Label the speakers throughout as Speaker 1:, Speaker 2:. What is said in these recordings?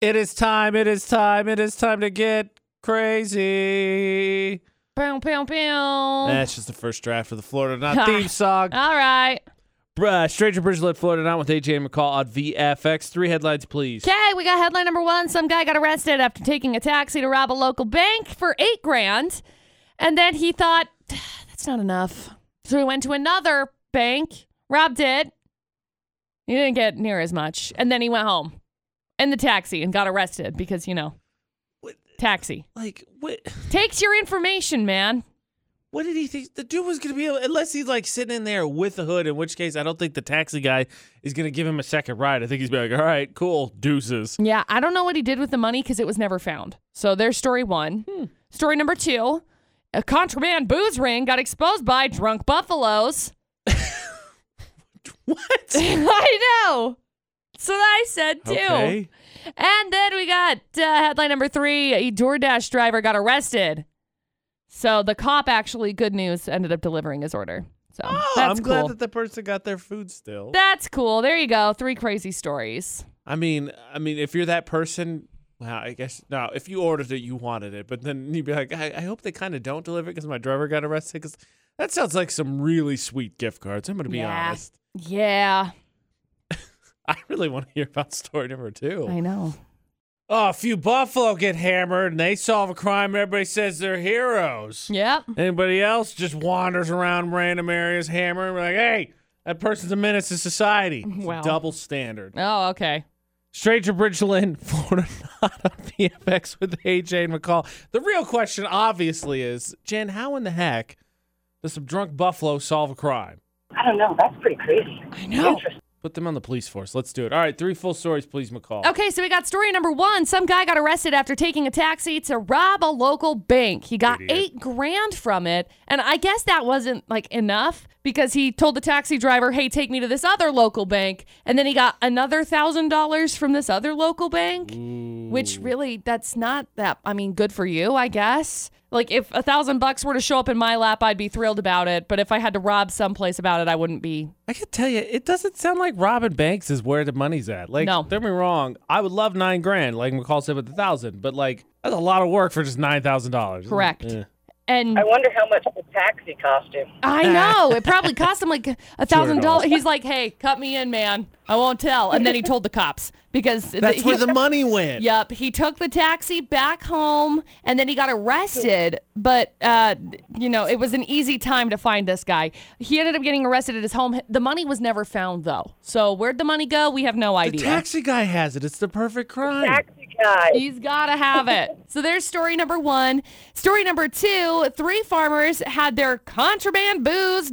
Speaker 1: It is time, it is time, it is time to get crazy.
Speaker 2: Boom, boom, boom.
Speaker 1: That's just the first draft of the Florida Not theme song.
Speaker 2: All right.
Speaker 1: Bruh, Stranger Bridge Lit Florida Not with AJ McCall on VFX. Three headlines, please.
Speaker 2: Okay, we got headline number one. Some guy got arrested after taking a taxi to rob a local bank for eight grand. And then he thought, that's not enough. So he went to another bank, robbed it. He didn't get near as much. And then he went home in the taxi and got arrested because, you know,
Speaker 1: What-
Speaker 2: taxi.
Speaker 1: Like, what
Speaker 2: Takes your information, man.
Speaker 1: What did he think? The dude was going to be able, unless he's like sitting in there with a hood, in which case I don't think the taxi guy is going to give him a second ride. I think he's be like, all right, cool, deuces.
Speaker 2: Yeah, I don't know what he did with the money because it was never found. So there's story one. Story number two a contraband booze ring got exposed by drunk buffaloes.
Speaker 1: What?
Speaker 2: I know. So I said too.
Speaker 1: Okay.
Speaker 2: And then we got uh, headline number three a DoorDash driver got arrested. So the cop actually, good news, ended up delivering his order. So
Speaker 1: Oh,
Speaker 2: that's
Speaker 1: I'm
Speaker 2: cool.
Speaker 1: glad that the person got their food still.
Speaker 2: that's cool. There you go. Three crazy stories.
Speaker 1: I mean, I mean, if you're that person, well, I guess no. If you ordered it, you wanted it, but then you'd be like, I, I hope they kind of don't deliver it because my driver got arrested. Because that sounds like some really sweet gift cards. I'm gonna be
Speaker 2: Yeah.
Speaker 1: honest.
Speaker 2: Yeah,
Speaker 1: I really want to hear about story number two.
Speaker 2: I know.
Speaker 1: Oh, a few Buffalo get hammered and they solve a crime. Everybody says they're heroes.
Speaker 2: Yep.
Speaker 1: Anybody else just wanders around random areas hammering. We're like, hey, that person's a menace to society. It's a
Speaker 2: Wow.
Speaker 1: double standard.
Speaker 2: Oh, okay.
Speaker 1: Straight to Bridgeland, Florida, not on VFX with AJ and McCall. The real question, obviously, is Jen, how in the heck does some drunk buffalo solve a crime?
Speaker 3: I don't know. That's pretty crazy.
Speaker 2: I know.
Speaker 1: Put them on the police force. Let's do it. All right, three full stories, please, McCall.
Speaker 2: Okay, so we got story number one. Some guy got arrested after taking a taxi to rob a local bank. He got
Speaker 1: Idiot.
Speaker 2: eight grand from it. And I guess that wasn't like enough because he told the taxi driver, hey, take me to this other local bank. And then he got another thousand dollars from this other local bank, which really, that's not that. I mean, good for you, I guess. Like if a thousand bucks were to show up in my lap, I'd be thrilled about it. But if I had to rob someplace about it, I wouldn't be.
Speaker 1: I can tell you, it doesn't sound like robbing banks is where the money's at. Like,
Speaker 2: No.
Speaker 1: don't be wrong. I would love nine grand, like McCall said with the thousand, but like, that's a lot of work for just $9,000.
Speaker 2: Correct.
Speaker 1: Eh.
Speaker 2: And
Speaker 3: I wonder how much the taxi cost him.
Speaker 2: I know. It probably cost him like a thousand
Speaker 1: dollars.
Speaker 2: dollars. He's like, "Hey, cut me in, man. I won't tell." And then he told the cops because
Speaker 1: That's
Speaker 2: he,
Speaker 1: where the money went.
Speaker 2: Yep, he took the taxi back home, and then he got arrested. But uh, you know, it was an easy time to find this guy. He ended up getting arrested at his home. The money was never found though. So where'd the money go? We have no
Speaker 1: The
Speaker 2: idea.
Speaker 1: taxi guy has it. It's the perfect crime.
Speaker 3: Taxi guy.
Speaker 2: He's got to have it. So there's story number one. Story number two three farmers had their contraband booze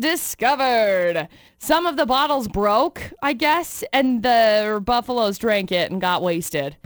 Speaker 2: discovered. Some of the bottles broke, I guess, and the buffaloes drank it and got wasted.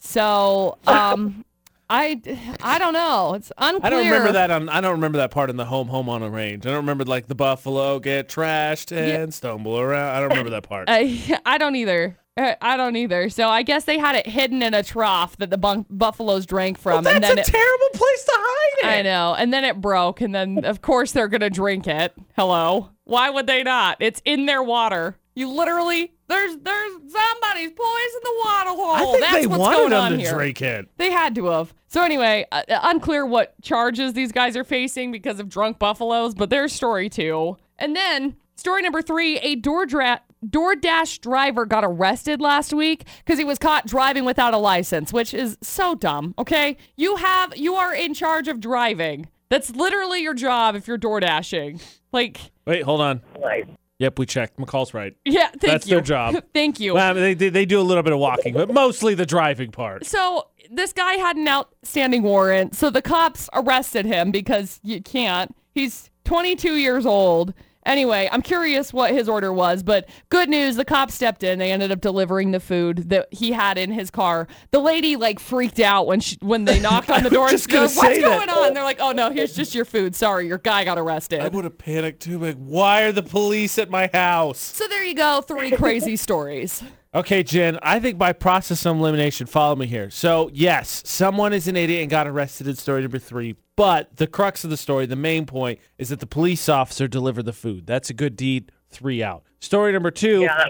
Speaker 2: So, um,. I, I don't know. It's unclear.
Speaker 1: I don't remember that on. I don't remember that part in the home home on a range. I don't remember like the buffalo get trashed and stumble around. I don't remember that part.
Speaker 2: I, I don't either. Uh, I don't either. So I guess they had it hidden in a trough that the bunk- buffaloes drank from,
Speaker 1: That's
Speaker 2: and then
Speaker 1: a
Speaker 2: it
Speaker 1: terrible place to hide it.
Speaker 2: I know. And then it broke. And then, of course, they're going to drink it. Hello. Why would they not? It's in their water. You literally, there's, there's somebody's poisoned the water hole.
Speaker 1: I think
Speaker 2: That's
Speaker 1: they
Speaker 2: what's
Speaker 1: wanted
Speaker 2: going
Speaker 1: them
Speaker 2: on
Speaker 1: to
Speaker 2: here.
Speaker 1: drink it.
Speaker 2: They had to have. So anyway, uh, uh, unclear what charges these guys are facing because of drunk buffaloes, but there's story two. And then story number three: a door dra- DoorDash driver got arrested last week because he was caught driving without a license, which is so dumb. Okay, you have you are in charge of driving. That's literally your job if you're door dashing. Like,
Speaker 1: Wait, hold on.
Speaker 3: Like,
Speaker 1: Yep, we checked. McCall's right.
Speaker 2: yeah, thank
Speaker 1: That's
Speaker 2: you.
Speaker 1: their job.
Speaker 2: thank you.
Speaker 1: Well, I mean, they, they they do a little bit of walking, but mostly the driving part.
Speaker 2: So this guy had an outstanding warrant. So the cops arrested him because you can't. He's 22 years old. Anyway, I'm curious what his order was, but good news, the cops stepped in. They ended up delivering the food that he had in his car. The lady like freaked out when she, when they knocked on the door.
Speaker 1: just
Speaker 2: She goes,
Speaker 1: gonna
Speaker 2: What's
Speaker 1: say
Speaker 2: going
Speaker 1: that."
Speaker 2: on? They're like, "Oh no, here's just your food. Sorry, your guy got arrested."
Speaker 1: would have panicked too. Like, why are the police at my house?
Speaker 2: so there you go, three crazy stories.
Speaker 1: Okay, Jen. I think by process of elimination, follow me here. So yes, someone is an idiot and got arrested in story number three. But the crux of the story, the main point, is that the police officer delivered the food. That's a good deed. Three out. Story number two.
Speaker 3: yeah.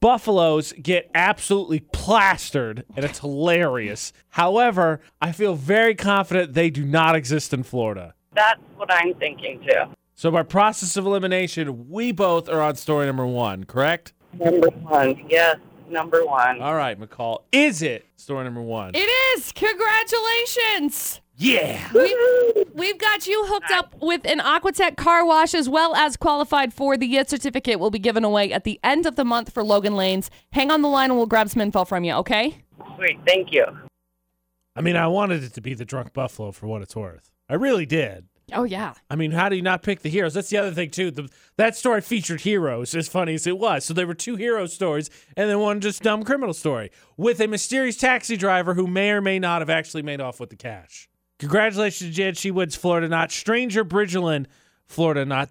Speaker 1: Buffaloes get absolutely plastered, and it's hilarious. However, I feel very confident they do not exist in Florida.
Speaker 3: That's what I'm thinking too.
Speaker 1: So, by process of elimination, we both are on story number one, correct?
Speaker 3: Number one. Yes, number one.
Speaker 1: All right, McCall. Is it story number one?
Speaker 2: It is. Congratulations.
Speaker 1: yeah.
Speaker 2: We, we've got you hooked up with an Aquatech car wash as well as qualified for the YIT certificate will be given away at the end of the month for Logan Lanes. Hang on the line and we'll grab some info from you, okay?
Speaker 3: Sweet. Thank you.
Speaker 1: I mean, I wanted it to be the drunk buffalo for what it's worth. I really did.
Speaker 2: Oh, yeah.
Speaker 1: I mean, how do you not pick the heroes? That's the other thing too. The, that story featured heroes, as funny as it was. So there were two hero stories, and then one just dumb criminal story with a mysterious taxi driver who may or may not have actually made off with the cash. Congratulations, Jen. She wins Florida Not. Stranger Bridgeland, Florida Not.